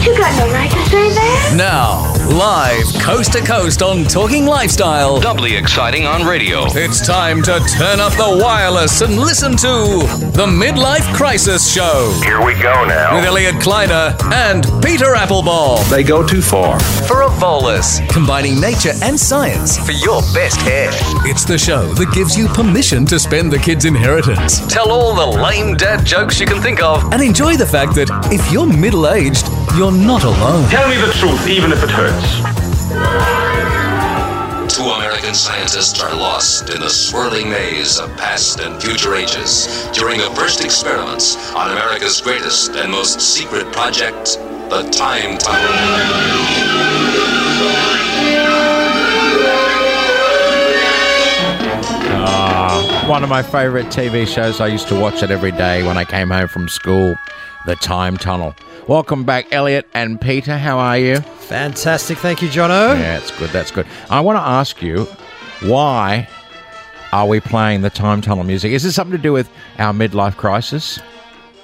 You got no right to say that. Now, live coast to coast on Talking Lifestyle, Doubly exciting on radio. it's time to turn up the wireless and listen to The Midlife Crisis Show Here we go with now. Elliot Kleiner and Peter Applebaum. They go too far. For a bolus, combining nature and science. For your best hair. It's the show that gives you permission to spend the kid's inheritance. Tell all the lame dad jokes you can think of. And enjoy the fact that if you're middle aged, you're not alone. Tell me the truth, even if it hurts. Two American scientists are lost in the swirling maze of past and future ages during the first experiments on America's greatest and most secret project, the Time Tunnel. Ah, One of my favorite TV shows. I used to watch it every day when I came home from school. The Time Tunnel. Welcome back, Elliot and Peter. How are you? Fantastic. Thank you, Jono. Yeah, that's good. That's good. I want to ask you, why are we playing the Time Tunnel music? Is this something to do with our midlife crisis?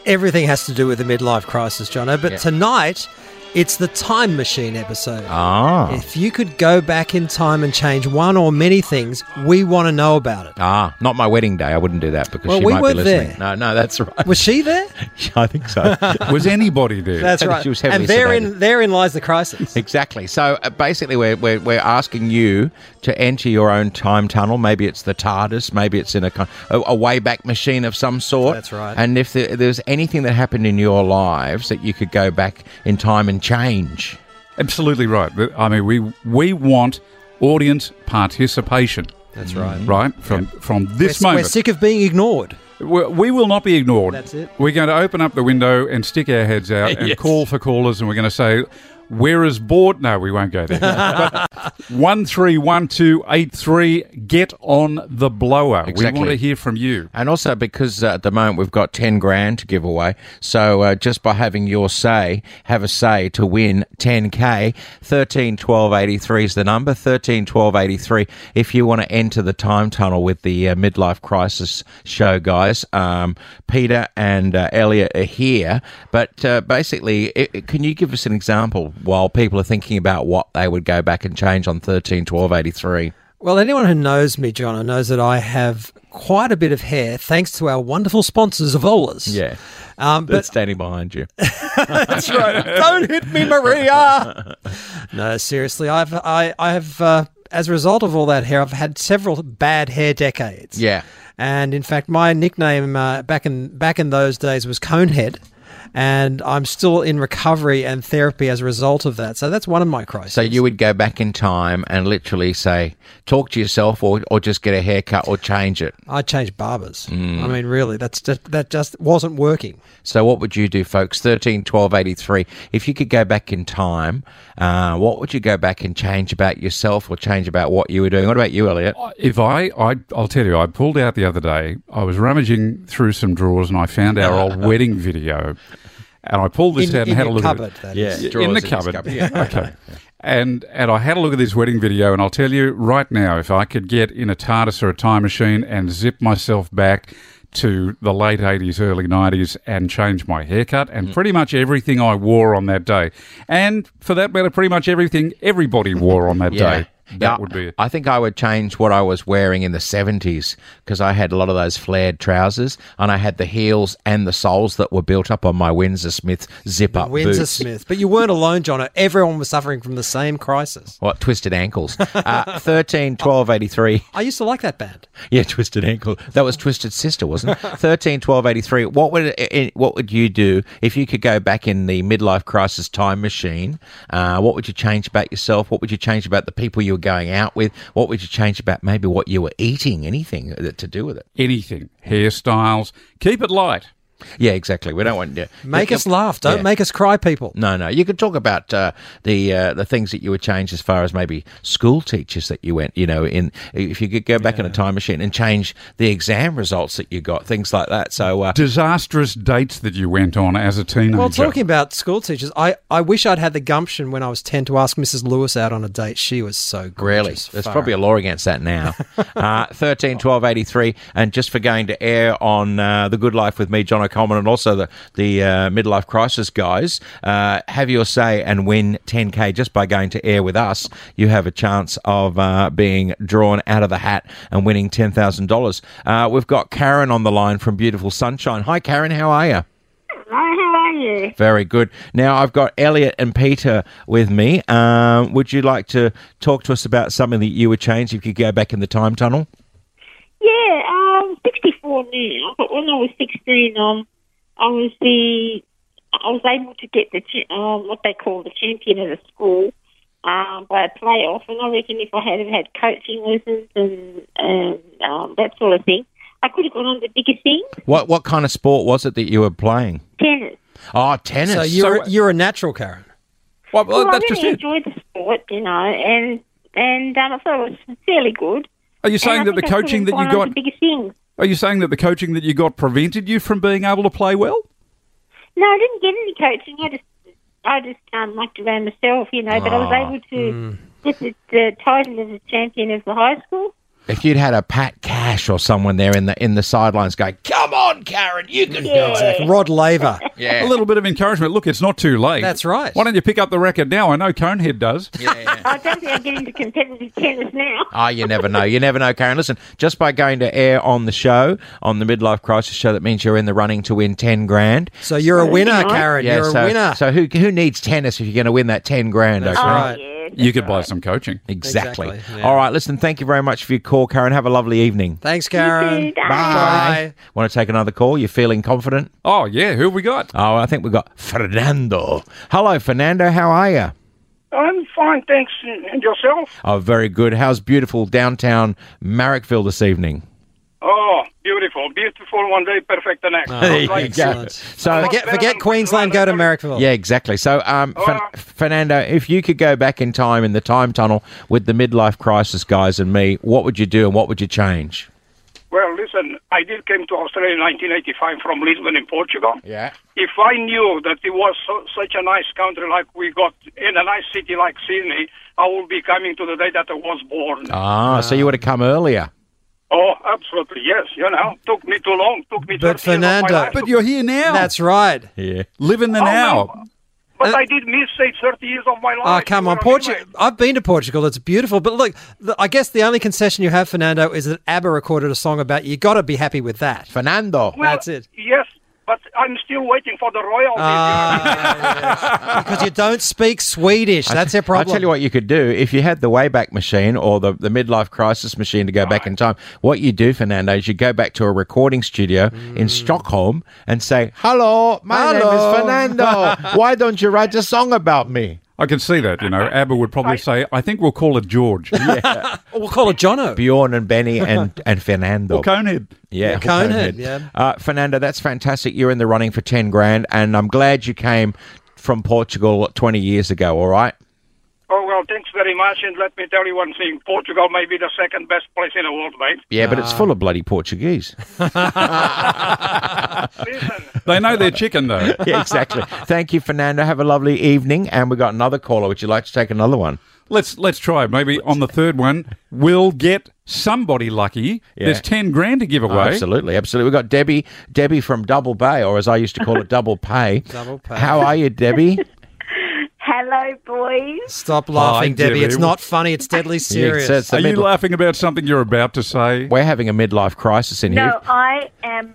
Everything has to do with the midlife crisis, Jono. But tonight, it's the time machine episode. Ah, If you could go back in time and change one or many things, we want to know about it. ah, not my wedding day. I wouldn't do that because Well, she we might were be listening. No, there. no, that's right. Was she there? I think so. Was anybody there? That's And right. she was heavily and therein, sedated. therein lies the crisis. Exactly. So uh, basically, we're, we're, we're asking you to enter your own time tunnel. Maybe it's the TARDIS. Maybe it's in a, con- a, a wayback machine of some sort. That's right. And if there, there's anything that happened in your lives that you could go back in time and change. Absolutely right. But, I mean, we we want audience participation. That's right. Right from from Mm-hmm. We're, this we're moment, sick of being ignored. We- we will not be ignored. That's it. We're going to open up the window and stick our heads out and call for callers, and we're going to say, "Where is bored?" No, we won't go there. But One three one two eight three. Get on the blower. We Exactly. want to hear from you. And also because uh, at the moment we've got 10 grand to give away. So uh, just by having your say, have a say to win 10K. 13 12 83 is the number. 13 12 83. If you want to enter the time tunnel with the uh, Midlife Crisis show, guys, um, Peter and uh, Elliot are here. But uh, basically, i i- can you give us an example while people are thinking about what they would go back and change on 13 12 83? Well, anyone who knows me, Jono, knows that I have quite a bit of hair thanks to our wonderful sponsors of Olas. Yeah. Um, but That's standing behind you. That's right. Don't hit me, Maria. no, seriously, I've I I have uh, as a result of all that hair, I've had several bad hair decades. Yeah. and in fact, my nickname uh, back in back in those days was Conehead. And I'm still in recovery and therapy as a result of that. So that's one of my crises. So you would go back in time and literally say, talk to yourself, or, or just get a haircut or change it. Hmm. I changed barbers. I mean, really, that's just, that just wasn't working. So what would you do, folks? Thirteen, twelve, eighty-three. If you could go back in time, uh, what would you go back and change about yourself, or change about what you were doing? What about you, Elliot? If I, I, I'll tell you, I pulled out the other day. I was rummaging through some drawers and I found our old wedding video, and I pulled this In, out and in had a your look cupboard, at it. that is. Yeah, in the cupboard. okay. And and I had a look at this wedding video, and I'll tell you right now, if I could get in a TARDIS or a time machine and zip myself back to the late eighties, early nineties, and change my haircut and pretty much everything I wore on that day, and for that matter, pretty much everything everybody wore on that day, that Yeah, would be it. I think I would change what I was wearing in the 70s because I had a lot of those flared trousers and I had the heels and the soles that were built up on my Windsor Smith zip up Windsor boots. Smith. But you weren't alone, Jono. Everyone was suffering from the same crisis. What, twisted ankles. Uh, 13, 12, 83. I used to like that band. Yeah, Twisted Ankle. That was Twisted Sister, wasn't it? 13, 12, 83. What would, eh, eh, what would you do if you could go back in the midlife crisis time machine? Uh, what would you change about yourself? What would you change about the people you were going out with? What would you change about maybe what you were eating? Anything that- to do uh, with it? anything. Hairstyles, keep it light. Yeah, exactly. We don't want to Make us laugh. Don't Yeah. make us cry, people. No, no. You could talk about uh, the uh, the things that you would change as far as maybe school teachers that you went. You know, in if you could go back in a time machine and change the exam results that you got, things like that. So uh, Disastrous dates that you went on as a teenager. Well, talking about school teachers, I, I wish I'd had the gumption when I was 10 to ask Mrs. Lewis out on a date. She was so Really? gorgeous. There's probably a law against that now. uh, 13, 12, 83, and just for going to air on uh, The Good Life with me, John O'Coleman, and also the, the uh, Midlife Crisis guys, uh, have your say and win 10K just by going to air with us. You have a chance of uh, being drawn out of the hat and winning $10,000. Uh, we've got Karen on the line from Beautiful Sunshine. Hi, Karen. How are you? Hi, how are you? Very good. Now I've got Elliot and Peter with me. Um, would you like to talk to us about something that you would change if you could go back in the time tunnel? Yeah, I'm 64 now, but when I was 16, um, I was the I was able to get the cha- um what they call the champion of the school um by a playoff, and I reckon if I had have had coaching lessons and and um, that sort of thing, I could have gone on to bigger things. What what kind of sport was it that you were playing? Tennis. Oh, tennis. So you're, you're a natural, Karen. Well, well, Well, I that's just really it. enjoyed the sport, you know, and and um, I thought it was fairly good. Are you saying And I that the think I could coaching have that gone you on got? to bigger things. Are you saying that the coaching that you got prevented you from being able to play well? No, I didn't get any coaching. I just, I just um, mucked around myself, you know. But I was able to mm. get the, the title of the champion of the high school. if you'd had a Pat Cash or someone there in the in the sidelines going, "Come on, Karen, you can do it." Rod Laver. Yeah. A little bit of encouragement. Look, it's not too late. That's right. Why don't you pick up the racket now? I know Conehead does. I don't think I get into competitive tennis now. Ah, you never know. You never know, Karen. Listen, just by going to air on the show, on the Midlife Crisis show, that means you're in the running to win 10 grand. So you're a winner, Karen. Yeah, you're so, a winner. So who, who needs tennis if you're going to win that 10 grand, That's okay? right. Yeah. You could buy some coaching. Exactly. Exactly, yeah. All right, listen, thank you very much for your call, Karen. Have a lovely evening. Thanks, Karen. You too, Bye. Want to take another call? You're feeling confident? Oh yeah, who have we got? Oh, I think we've got Fernando. Hello, Fernando. How are you? I'm fine, thanks. And yourself? Oh, very good. How's beautiful downtown Marrickville this evening? Oh, beautiful. Beautiful one day, perfect the Uh, next. Ah, oh, There you Like- go. Excellent. So, Forget, forget Queensland, go to Merrickville. yeah, exactly. So, um, Fer- Fernando, if you could go back in time in the time tunnel with the midlife crisis guys and me, what would you do and what would you change? Well, listen, I did came to Australia in 1985 from Lisbon in Portugal. Yeah. If I knew that it was so, such a nice country like we got in a nice city like Sydney, I would be coming to the day that I was born. Ah, so you would have come earlier. oh, absolutely, yes. You know, took me too long. Took me. But 30 years of my Fernando- life to- But you're here now. That's right. Yeah. living the Oh, now. but I did miss say 30 years of my life. Oh, come You on. know what I mean? Portugal. I've been to Portugal. It's beautiful. But look, the, I guess the only concession you have, Fernando, is that ABBA recorded a song about you. you got to be happy with that. Fernando. Well, That's it. Yes, but I'm still waiting for the royalties. Ah, yes. Because you don't speak Swedish. That's their problem. I'll tell you what you could do if you had the Wayback Machine or the, the Midlife Crisis Machine to go back in time. What you do, Fernando, is you go back to a recording studio Mm. in Stockholm and say, Hello, my Hello." name is Fernando. Why don't you write a song about me? I can see that. You know, Abba would probably say, "I think we'll call it George." Yeah. Oh, We'll call it Jono. Bjorn and Benny and, and Fernando. Conehead. Yeah, Yeah, Hawk Conehead, yeah. Uh, Fernando, that's fantastic. You're in the running for 10 grand, and I'm glad you came from Portugal 20 years ago, all right? Oh, well, thanks very much. And let me tell you one thing Portugal may be the second best place in the world, mate. Yeah, but it's Ah. full of bloody Portuguese. Listen, They know their chicken though. yeah, exactly. Thank you, Fernando. Have a lovely evening. And we've got another caller. Would you like to take another one? Let's let's try. Maybe on the third one, we'll get somebody lucky. Yeah. There's ten grand to give away. Absolutely, absolutely. We've got Debbie, Debbie from Double Bay, or as I used to call it, Double Pay. Double Pay. How are you, Debbie? Hello, boys. Oh, Stop laughing, Hi, Debbie. Debbie. It's not funny. It's deadly serious. Yeah, it's the Are you midli- laughing about something you're about to say? We're having a midlife crisis in No, here. I am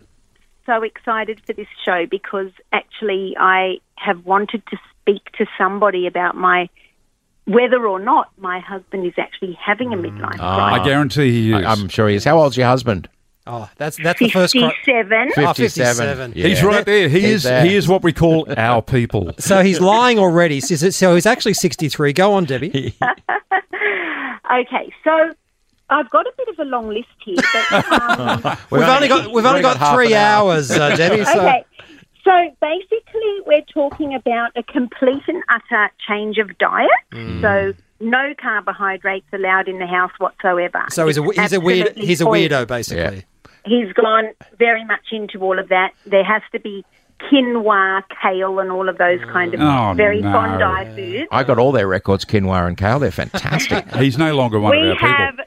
so excited for this show because actually I have wanted to speak to somebody about my whether or not my husband is actually having a Mm. midlife Ah, I guarantee he is. Ah. I- I'm sure he is. How old's your husband? oh, that's that's the first. Cri- Fifty-seven. 57. Oh, 57. Yeah. He's right there. He He's is. there. He is what we call our people. so he's lying already. So is it- so he's actually 63. Go on, Debbie. Okay, so I've got a bit of a long list here, but um, We've only got we've only got half an three hour. hours, uh, Debbie. So okay. So basically, we're talking about a complete and utter change of diet. Mm. So no carbohydrates allowed in the house whatsoever. So he's a It's he's a weird absolutely he's a poison. weirdo basically. He's gone very much into all of that. There has to be quinoa, kale, and all of those kind of Oh, very no. Bondi foods. I got all their records, quinoa and kale. They're fantastic. He's no longer we have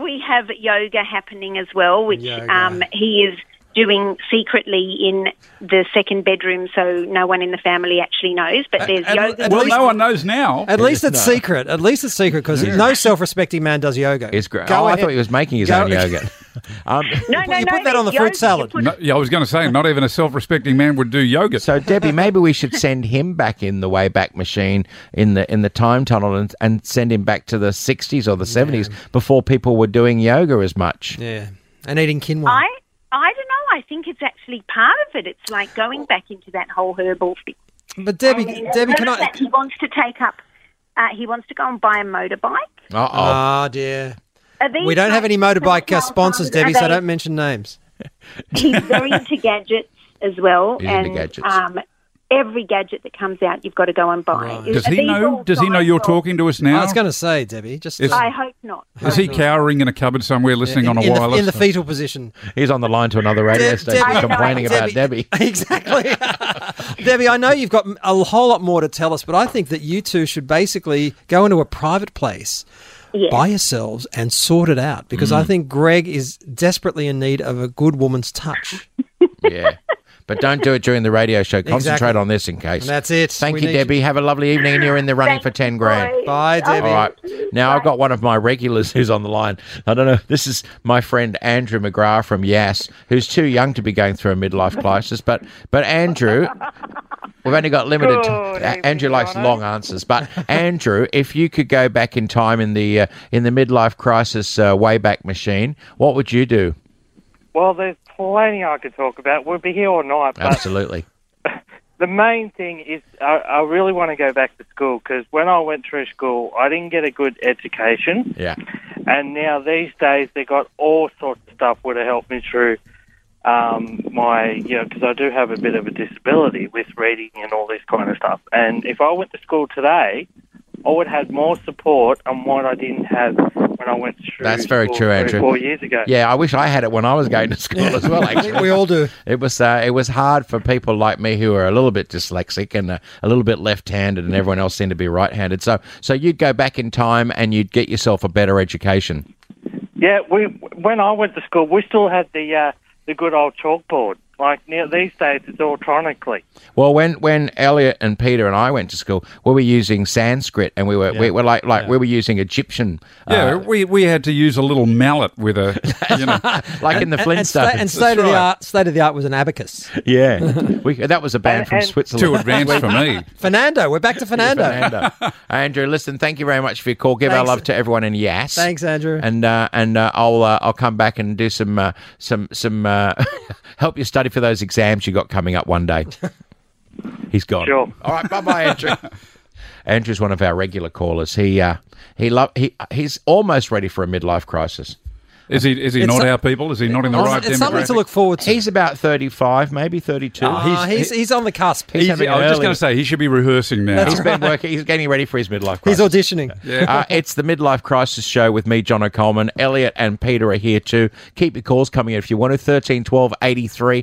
we have yoga happening as well, which Yoga. um, he is doing secretly in the second bedroom, so no one in the family actually knows. But there's yoga. well, no one knows now. At least it's secret. At least it's secret because no self-respecting man does yoga. It's great. oh, I thought he was making his Go- own yogurt. Um, no, no, you no, put that on the there's fruit yoga. salad. No, yeah, I was going to say, not even a self-respecting man would do yoga. So, Debbie, maybe we should send him back in the Wayback Machine in the in the time tunnel and, and send him back to the 60s or the 70s before people were doing yoga as much. Yeah, and eating quinoa. I I don't know. I think it's actually part of it. It's like going back into that whole herbal. thing. But Debbie, I mean, Debbie, as can well as I? that, He wants to take up. Uh, he wants to go and buy a motorbike. Uh-oh. Ah, dear. Are these We don't have any like motorbike uh, sales sponsors, houses? Debbie, Are so they- don't mention names. He's very into gadgets as well, He's and into gadgets. Um, every gadget that comes out, you've got to go and buy. Is- Does are he these know? all Does he know you're signs of- talking to us now? I was going to say, Debbie, just Is- uh, I hope not. Is he cowering in a cupboard somewhere, listening in, on a in the, wireless? in the fetal position. He's on the line to another radio Deb- station Debbie- complaining about Debbie. Debbie, I know you've got a whole lot more to tell us, but I think that you two should basically go into a private place by yourselves and sort it out because Mm. I think Greg is desperately in need of a good woman's touch. yeah. But don't do it during the radio show. Concentrate Exactly. on this in case. And that's it. Thank We you, need you. Debbie. Have a lovely evening, and you're in the running for 10 grand. Bye, Debbie. All right. Now I've got one of my regulars who's on the line. I don't know. This is my friend Andrew McGrath from Yass, who's too young to be going through a midlife crisis. But but Andrew, we've only got limited. Good time. evening, Andrew likes long answers. But Andrew, if you could go back in time in the uh, in the midlife crisis uh, wayback machine, what would you do? Well, there's plenty I could talk about. We'll be here all night. But Absolutely. the main thing is I, I really want to go back to school because when I went through school, I didn't get a good education. Yeah. And now these days, they got all sorts of stuff would have helped me through um, my, you know, because I do have a bit of a disability with reading and all this kind of stuff. And if I went to school today, I would have had more support on what I didn't have when I went through. That's very school true, three or Andrew. Four years ago. Yeah, I wish I had it when I was going to school as well. Actually, we all do. It was uh, it was hard for people like me who are a little bit dyslexic and uh, a little bit left-handed, and everyone else seemed to be right-handed. So, so you'd go back in time and you'd get yourself a better education. Yeah, we when I went to school, we still had the uh, the good old chalkboard. Like now these days, it's electronically. Well, when when Elliot and Peter and I went to school, we were using Sanskrit, and we were we were like like we were using Egyptian, uh, yeah, we, we had to use a little mallet with a, you know, like in the And, and, Flintstones. sta- and state of the art, state of the art was an abacus. Yeah, we, that was a band from Switzerland. Too advanced for me. Fernando, we're back to Fernando. Fernando. Andrew, listen, thank you very much for your call. Give our Thanks. love to everyone in Yes. Thanks, Andrew. And uh, and uh, I'll uh, I'll come back and do some uh, some some uh, help you study for those exams you got coming up one day. He's gone. Sure. All right. Bye bye, Andrew. Andrew's one of our regular callers. He uh, he love he he's almost ready for a midlife crisis. Is he is he It's not so- our people? Is he not in the right demographic? forward to. He's about thirty-five, maybe thirty-two. Ah, he's, he's on the cusp. He's He's- having I was just early- going to say he should be rehearsing now. He's been working. He's getting ready for his midlife crisis. He's auditioning. Uh, it's the Midlife Crisis Show with me, John O'Coleman. Elliot and Peter are here too. Keep your calls coming in if you want to. 13 12 83. Uh,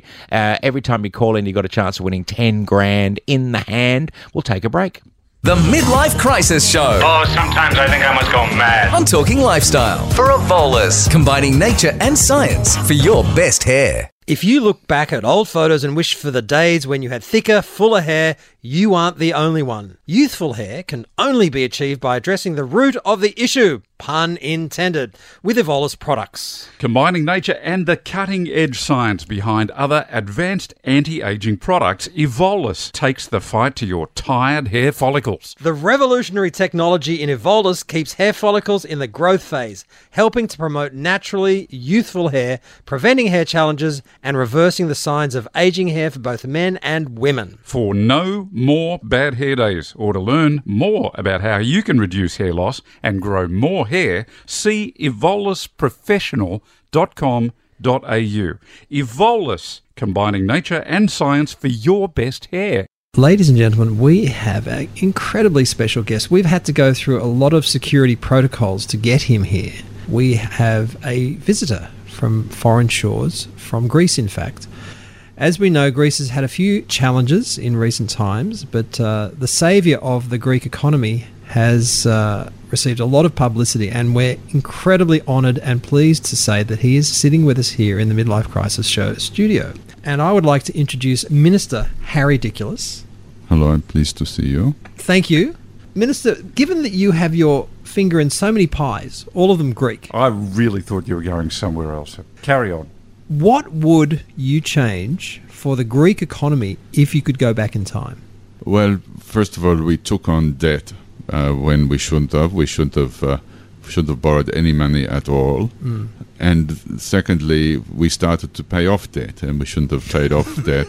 every time you call in, you got a chance of winning 10 grand in the hand. We'll take a break. The Midlife Crisis Show. Oh, sometimes I think I must go mad. I'm talking lifestyle for Evolus, combining nature and science for your best hair. If you look back at old photos and wish for the days when you had thicker, fuller hair, you aren't the only one. Youthful hair can only be achieved by addressing the root of the issue, pun intended, with Evolus products. Combining nature and the cutting edge science behind other advanced anti aging products, Evolus takes the fight to your tired hair follicles. The revolutionary technology in Evolus keeps hair follicles in the growth phase, helping to promote naturally youthful hair, preventing hair challenges, and reversing the signs of aging hair for both men and women. For no more bad hair days, or to learn more about how you can reduce hair loss and grow more hair, see evolusprofessional.com.au. Evolus combining nature and science for your best hair. Ladies and gentlemen, we have an incredibly special guest. We've had to go through a lot of security protocols to get him here. We have a visitor from foreign shores, from Greece, in fact. As we know, Greece has had a few challenges in recent times, but uh, the saviour of the Greek economy has uh, received a lot of publicity, and we're incredibly honoured and pleased to say that he is sitting with us here in the Midlife Crisis Show studio. And I would like to introduce Minister Harry Dickulus. Hello, I'm pleased to see you. Thank you. Minister, given that you have your finger in so many pies, all of them Greek, I really thought you were going somewhere else. Carry on. what would you change for the Greek economy if you could go back in time? Well, first of all, we took on debt uh, when we shouldn't have. We shouldn't have. Uh, shouldn't have borrowed any money at all. Mm. And secondly, we started to pay off debt, and we shouldn't have paid off debt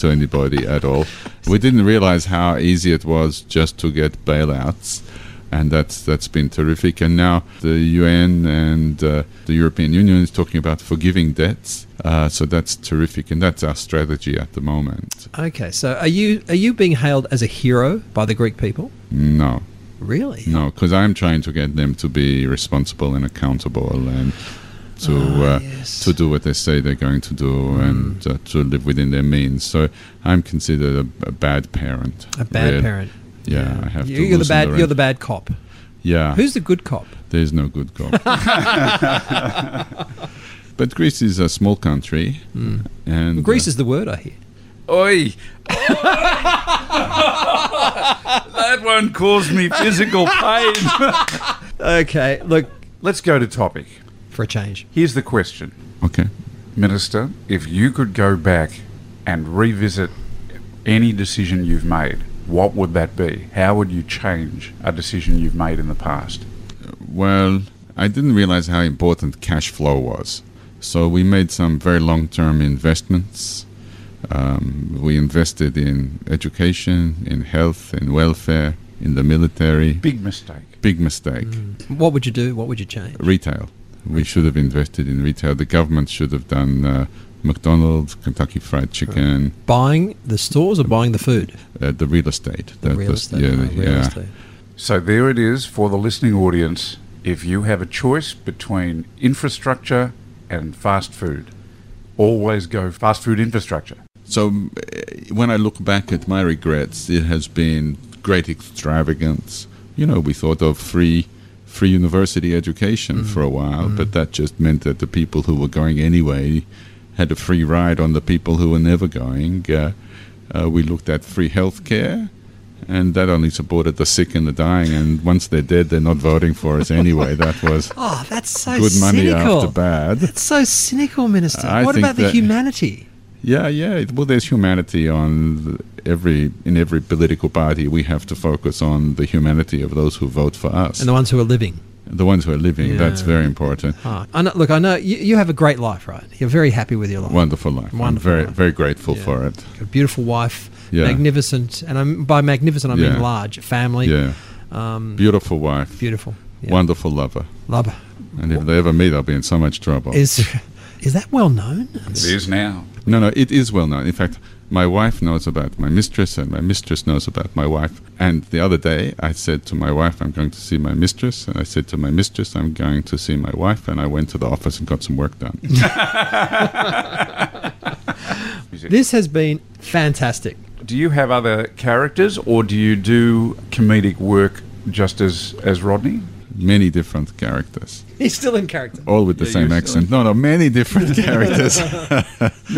to anybody at all. We didn't realize how easy it was just to get bailouts, and that's that's been terrific. And now the UN and uh, the European Union is talking about forgiving debts, uh, so that's terrific, and that's our strategy at the moment. Okay, so are you are you being hailed as a hero by the Greek people? No. Really? No, because I'm trying to get them to be responsible and accountable and to Ah, Mm. uh, to do what they say they're going to do and uh, to live within their means. So I'm considered a, a bad parent. A bad Really. parent. Yeah, I have You- to. You're the loosen bad. rein- you're the bad cop. Yeah. Who's the good cop? There's no good cop. but Greece is a small country, Mm. and Greece is the word I hear. Oi! that one caused me physical pain. okay, look. Let's go to topic. For a change. Here's the question. Okay. Minister, if you could go back and revisit any decision you've made, what would that be? How would you change a decision you've made in the past? Well, I didn't realize how important cash flow was. So we made some very long term investments. Um, we invested in education, in health, in welfare, in the military. Big mistake. Big mistake. What would you do? What would you Mm. change? Retail. We should have invested in retail. The government should have done uh, McDonald's, Kentucky Fried Chicken, Buying the stores or buying the food? uh, the real estate. The real estate, Yeah, right, real yeah. estate. So there it is for the listening audience. If you have a choice between infrastructure and fast food, always go fast food infrastructure. So m- eh, when I look back at my regrets, it has been great extravagance. You know, we thought of free free university education Mm-hmm. for a while, but that just meant that the people who were going anyway had a free ride on the people who were never going. Uh, uh, we looked at free healthcare, and that only supported the sick and the dying. And once they're dead, they're not voting for us anyway. That was Oh, that's so good money cynical. after bad. That's so cynical, Minister. I what think about the that- humanity? Yeah, yeah. It, well, there's humanity on th- every in every political party. We have to focus on the humanity of those who vote for us And the ones who are living. the ones who are living. That's Yeah. very important. Ah, I know, look, I know you, you have a great life, right? You're very happy with your life. Wonderful life. I'm Wonderful very life. very grateful Yeah. for it. a beautiful wife, Yeah. magnificent, and I'm, by magnificent I mean Yeah. large family. Yeah. Um, beautiful wife. beautiful, yeah. Wonderful lover. Lover. And if they ever meet, I'll be in so much trouble. Is is that well known? It is now. No, no, it is well known. In fact, my wife knows about my mistress, and my mistress knows about my wife. And the other day, I said to my wife, I'm going to see my mistress. And I said to my mistress, I'm going to see my wife. And I went to the office and got some work done. This has been fantastic. Do you have other characters, or do you do comedic work just as as Rodney? Many different characters, He's still in character. all with the Yeah, same you're accent. No, no, many different characters.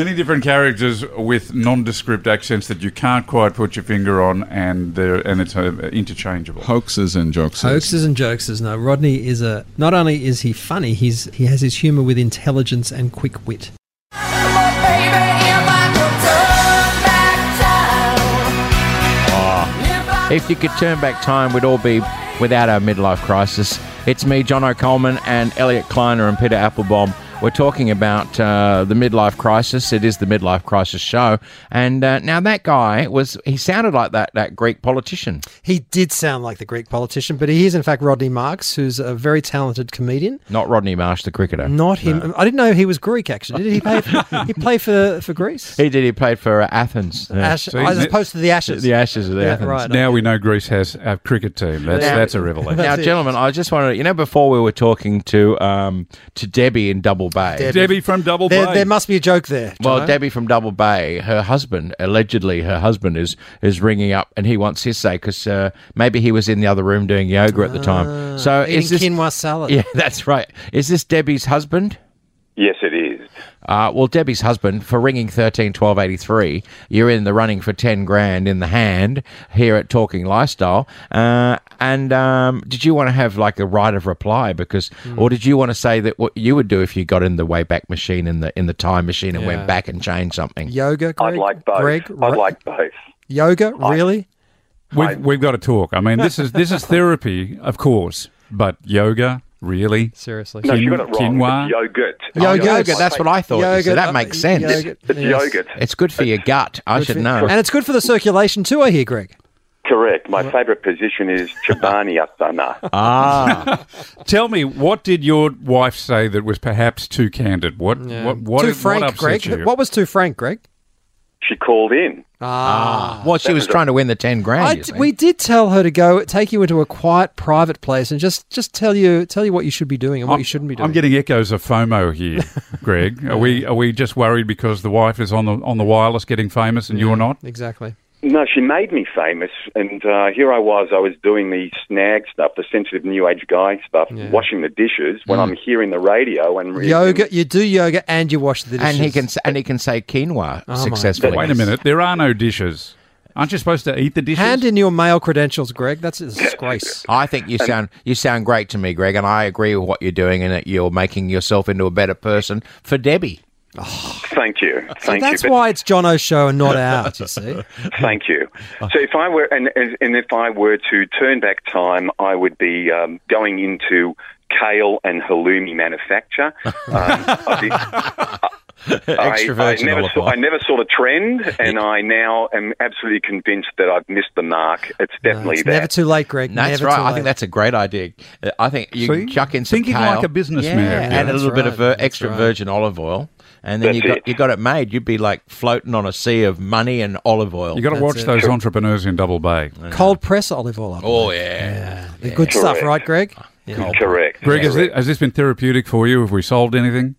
Many different characters with nondescript accents that you can't quite put your finger on, and they're, and it's uh, interchangeable. Hoaxes and jokes. Hoaxes and jokesters. No, Rodney is a. Not only is he funny, he's he has his humour with intelligence and quick wit. Ah. If you could turn back time, we'd all be without our midlife crisis. It's me, John O'Coleman, and Elliot Kleiner and Peter Applebaum. We're talking about uh, the midlife crisis. It is the midlife crisis show, and uh, now that guy was—he sounded like that that Greek politician. He did sound like the Greek politician, but he is in fact Rodney Marks, who's a very talented comedian. Not Rodney Marsh, the cricketer. Not him. I didn't know he was Greek. Actually, did he play? For, he play for for Greece. He did. He played for uh, Athens. Yeah. Ash, as opposed to the Ashes. The Ashes of the Yeah, Athens. right. Now we know Greece has a cricket team. That's Now- that's a revelation. Now, gentlemen, I just wanted to, you know, before we were talking to um, to Debbie in Double Bay. from Double there, Bay. There must be a joke there. Well, Jono. Debbie from Double Bay, her husband, allegedly her husband is is ringing up and he wants his say because uh, maybe he was in the other room doing yoga at the time. So Ah, eating uh, is this quinoa salad. Yeah, that's right. Is this Debbie's husband? Yes, it is. Uh, well, Debbie's husband for ringing thirteen twelve eighty three. You're in the running for ten grand in the hand here at Talking Lifestyle. Uh, and um, did you want to have like a right of reply because, Hmm. or did you want to say that what you would do if you got in the Wayback Machine in the in the time machine and Yeah. went back and changed something? Yoga. Greg, I'd like both. Greg, I'd like both. yoga. Really? We've, we've got to talk. I mean, this is this is therapy, of course, but yoga, really? Seriously? No, you got it wrong. It's yogurt. Yogurt, Yogurt, that's what I thought. you Yogurt, said. uh, that makes sense. yogurt, It's yes. yogurt. It's good for your gut. I should know. And it's good for the circulation too. I hear, Greg. Correct. My favourite position is Chobani Asana. Ah. Tell me, what did your wife say that was perhaps too candid? What what what, too what frank, upset Greg. you? What was too frank, Greg? She called in. Ah, well, she was trying to win the ten grand. I you d- see. we did tell her to go take you into a quiet, private place and just just tell you tell you what you should be doing and what you shouldn't be doing. I'm getting echoes of FOMO here, Greg. Are we are we just worried because the wife is on the on the wireless getting famous and you're not? Exactly. No, she made me famous, and uh, here I was. I was doing the snag stuff, the sensitive new age guy stuff, washing the dishes when Mm. I'm hearing the radio and yoga. You do yoga and you wash the dishes. and he can s- and he can say quinoa Oh my successfully. Wait a minute, there are no dishes. Aren't you supposed to eat the dishes? hand in your mail credentials, Greg. That's a disgrace. I think you sound you sound great to me, Greg, and I agree with what you're doing, and that you're making yourself into a better person for Debbie. Thank you. So Thank that's you. But- why it's Jono's show and not ours. You see. Thank you. Ah. So if I were, and, and, and if I were to turn back time, I would be um, going into kale and halloumi manufacture. Um, I'd be- I, Extroverts I, and all never of saw, that. I never saw the trend, and I now am absolutely convinced that I've missed the mark. It's definitely It's that. never too late, Greg. No, that's never right. Too I late. think that's a great idea. Uh, I think you See? chuck in some Thinking kale. like a businessman. yeah, Yeah, and a that's little bit right. of uh, extra right. virgin olive oil, and then you That's got it. you got it made. You'd be like floating on a sea of money and olive oil. You got to watch those entrepreneurs in Double Bay. cold press olive oil. I Oh believe. yeah, The good stuff, Correct. right, Greg? Correct. Greg, has, thi- has this been therapeutic for you? Have we solved anything?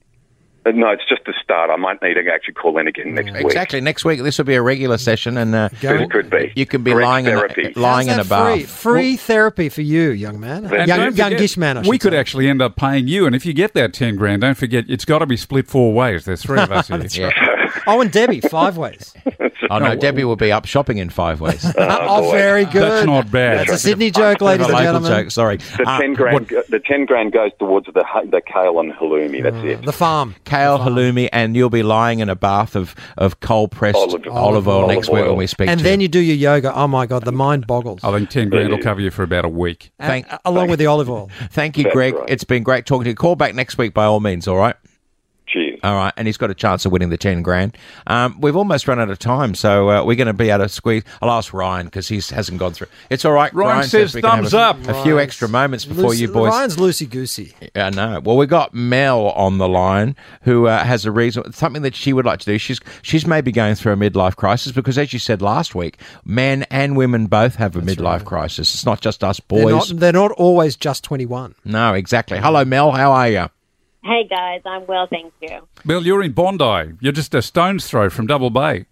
Uh, No, it's just the start. I might need to actually call in again next week. Exactly. Next week, this will be a regular session, and uh, It could be. you can be Correct lying in therapy. a, lying How's in a that bath. Free, free therapy for you, young man. And young, don't youngish forget, man. I should we could say. actually end up paying you, and if you get that ten grand, don't forget it's got to be split four ways. There's three of us here. Yeah. Oh, and Debbie, five ways. Oh no, Debbie will be up shopping in five ways. Oh, very good. That's not bad. That's a Sydney joke, ladies and Local gentlemen. joke, sorry. The Uh, ten grand, go- the ten grand goes towards the hu- the kale and halloumi. That's it. The farm. Kale halloumi, and you'll be lying in a bath of, of cold pressed olive, Olive- oil olive next week oil. when we speak And to then you. you do your yoga. Oh my God, the mind boggles. I think ten grand will cover you for about a week. And- uh, Thank, along with the olive oil. thank you, That's Greg. right. It's been great talking to you. Call back next week by all means, all right? Cheers. All right, and he's got a chance of winning the ten grand. Um, we've almost run out of time, so uh, we're going to be able to squeeze. I'll ask Ryan because he hasn't gone through. It's all right. Ryan says we can have thumbs a, up. A few extra moments before Lucy- you boys. Ryan's loosey goosey. I know. Well, we got Mel on the line who uh, has a reason, something that she would like to do. She's she's maybe going through a midlife crisis because, as you said last week, men and women both have a midlife crisis. It's not just us They're boys. not, they're not always just 21. no, exactly. Hello, Mel. How are you? Hey guys, I'm well, thank you. Bill, you're in Bondi. You're just a stone's throw from Double Bay.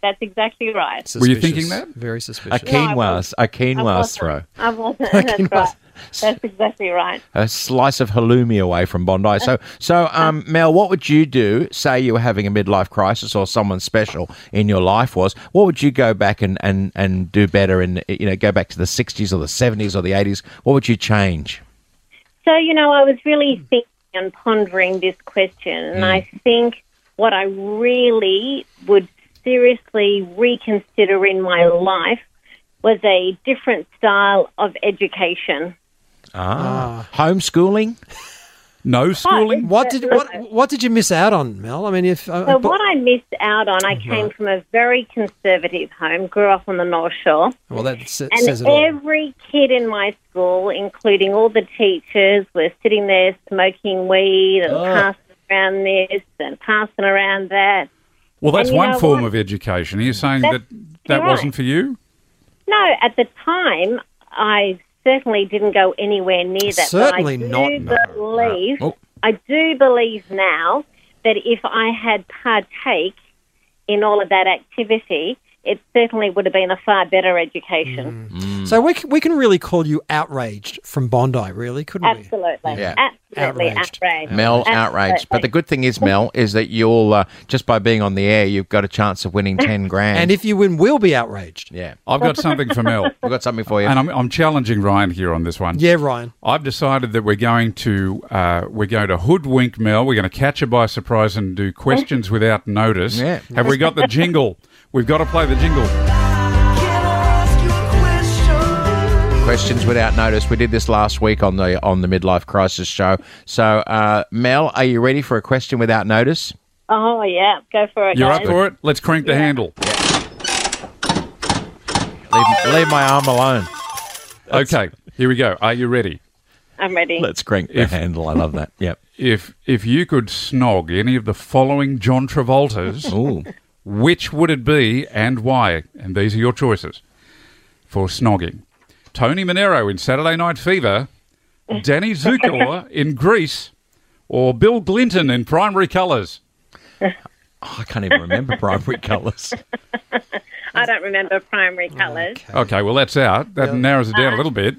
That's exactly right. Were you thinking that? Very A suspicious. quinoa's a quinoa's throw, I wasn't. That's right. That's exactly right. a slice of halloumi away from Bondi. So, so um, Mel, what would you do? Say you were having a midlife crisis, or someone special in your life was. What would you go back and and and do better? And you know, go back to the '60s or the '70s or the '80s. What would you change? So, you know, I was really thinking and pondering this question, and I think what I really would seriously reconsider in my life was a different style of education. Ah, homeschooling. No schooling. Ah. What did what what did you miss out on, Mel? I mean, if So uh, but- Uh-huh. what I missed out on, I came from a very conservative home, grew up on the North Shore. well, that sa- and says it all. every kid in my school, including all the teachers, were sitting there smoking weed and Oh. passing around this and passing around that. Well, that's And you one know form what? of education. Are you saying That's that that right. wasn't for you? No, at the time, I certainly didn't go anywhere near that. Certainly but not, I do no. Believe, No. Oh. I do believe now that if I had partake in all of that activity, it certainly would have been a far better Mm. education. Hmm. So we can, we can really call you outraged from Bondi, really, couldn't we? Absolutely. Yeah. Absolutely Outraged. outraged. Mel outraged. But the good thing is, Mel, is that you'll uh, just by being on the air, you've got a chance of winning ten grand. And if you win, we'll be outraged. Yeah, I've got something for Mel. I've got something for you. And I'm, I'm challenging Ryan here on this one. Yeah, Ryan. I've decided that we're going to uh, we're going to hoodwink Mel. We're going to catch her by surprise and do questions without notice. Oh. Yeah. Have we got the jingle? We've got to play the jingle. Questions without notice. We did this last week on the on the midlife crisis show. So, uh, Mel, are you ready for a question without notice? Oh, yeah. Go for it. You're guys. up for it. Let's crank the handle. Leave, leave my arm alone. okay, here we go. Are you ready? I'm ready. crank the handle. I love that. Yep. If if you could snog any of the following John Travoltas, Ooh. which would it be and why? And these are your choices for snogging: Tony Monero in Saturday Night Fever, Danny Zukawa in Grease, or Bill Clinton in Primary Colors. Oh, I can't even remember primary colours. I don't remember primary colours. Okay, well that's out. That narrows it down a little bit.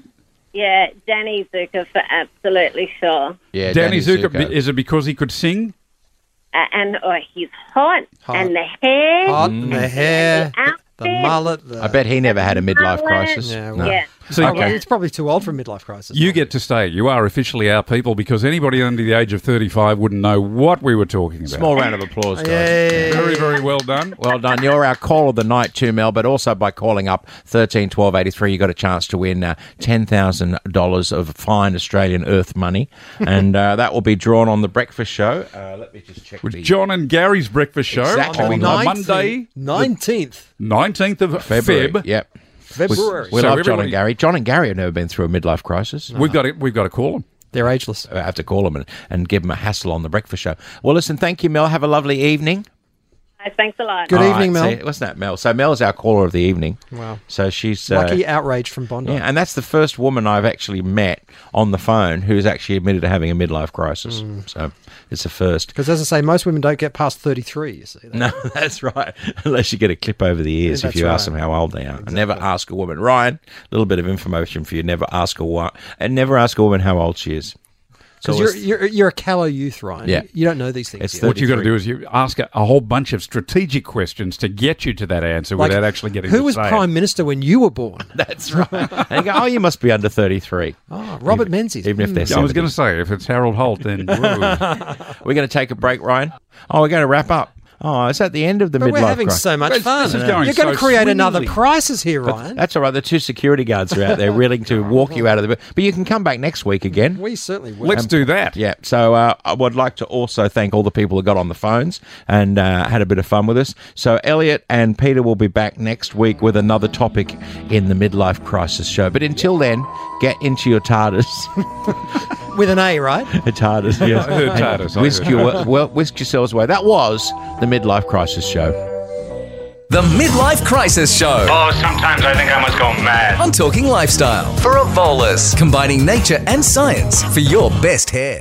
Yeah, Danny Zucker for absolutely sure. Yeah, Danny, Danny Zucker. Zuko. Is it because he could sing? Uh, and oh, he's hot, Hot. and the hair. Hot Mm. in the hair, outfit. the mullet. The, I bet he never had a midlife Mullet. crisis. Yeah, No. Yeah. See, Oh, well, it's probably too old for a midlife crisis. You get to stay. You are officially our people because anybody under the age of 35 wouldn't know what we were talking about. Small round of applause, guys. Very, very well done. Well done. You're our call of the night too, Mel, but also by calling up 13 12 83, you got a chance to win uh, $10,000 of fine Australian earth money. And uh, that will be drawn on the breakfast show. Uh, let me just check. With John and Gary's breakfast show Exactly. on the Monday, nineteenth 19th of February. Feb. Yep. February. We So love John everybody- and Gary. John and Gary have never been through a midlife crisis. We've got to, we've got to call them. They're ageless. I have to call them and, and give them a hassle on the breakfast show. Well, listen, thank you, Mel. Have a lovely evening. Thanks a lot. Good All evening, right, Mel. see, wasn't that Mel? So Mel's our caller of the evening. Wow. So she's uh, Lucky outrage from Bondi. Yeah, and that's the first woman I've actually met on the phone who's actually admitted to having a midlife crisis. Hmm. So it's a first. Because as I say, most women don't get past thirty-three. You see. No, that's right. Unless you get a clip over the ears Yeah, if you that's ask them right. how old they are. Never ask a woman. Ryan, a little bit of information for you. Never ask a wo- and never ask a woman how old she is. It's Because you're, always- you're you're a callow youth, Ryan. Yeah. You- You don't know these things. It's yet. What you've got to do is you ask a, a whole bunch of strategic questions to get you to that answer Like, without actually getting Who to was say it. prime minister when you were born? that's right. And you go, oh, you must be under 33. Oh, Robert Menzies. Even if Mm. they're Hmm. I was 70. going to say, if it's Harold Holt, then whoa. We're going to take a break, Ryan. Oh, we're going to wrap up. Oh, it's at the end of the But midlife we're having crisis. so much This fun. is going You're going so to create another swimmingly. crisis here, Ryan. That's all right. The two security guards are out there willing to walk you out of the. But you can come back next week again. we certainly Um, will. let's do that. Yeah. So uh, I would like to also thank all the people who got on the phones and uh, had a bit of fun with us. So Elliot and Peter will be back next week with another topic in the midlife crisis show. But until then, get into your TARDIS. With an A, right? TARDIS. Yes. I heard TARDIS, I Whisk, heard. your, well, whisk yourselves away. That was the midlife crisis show. The Midlife Crisis Show Oh, sometimes I think I must go mad. on Talking Lifestyle. For a volus. Combining nature and science for your best hair.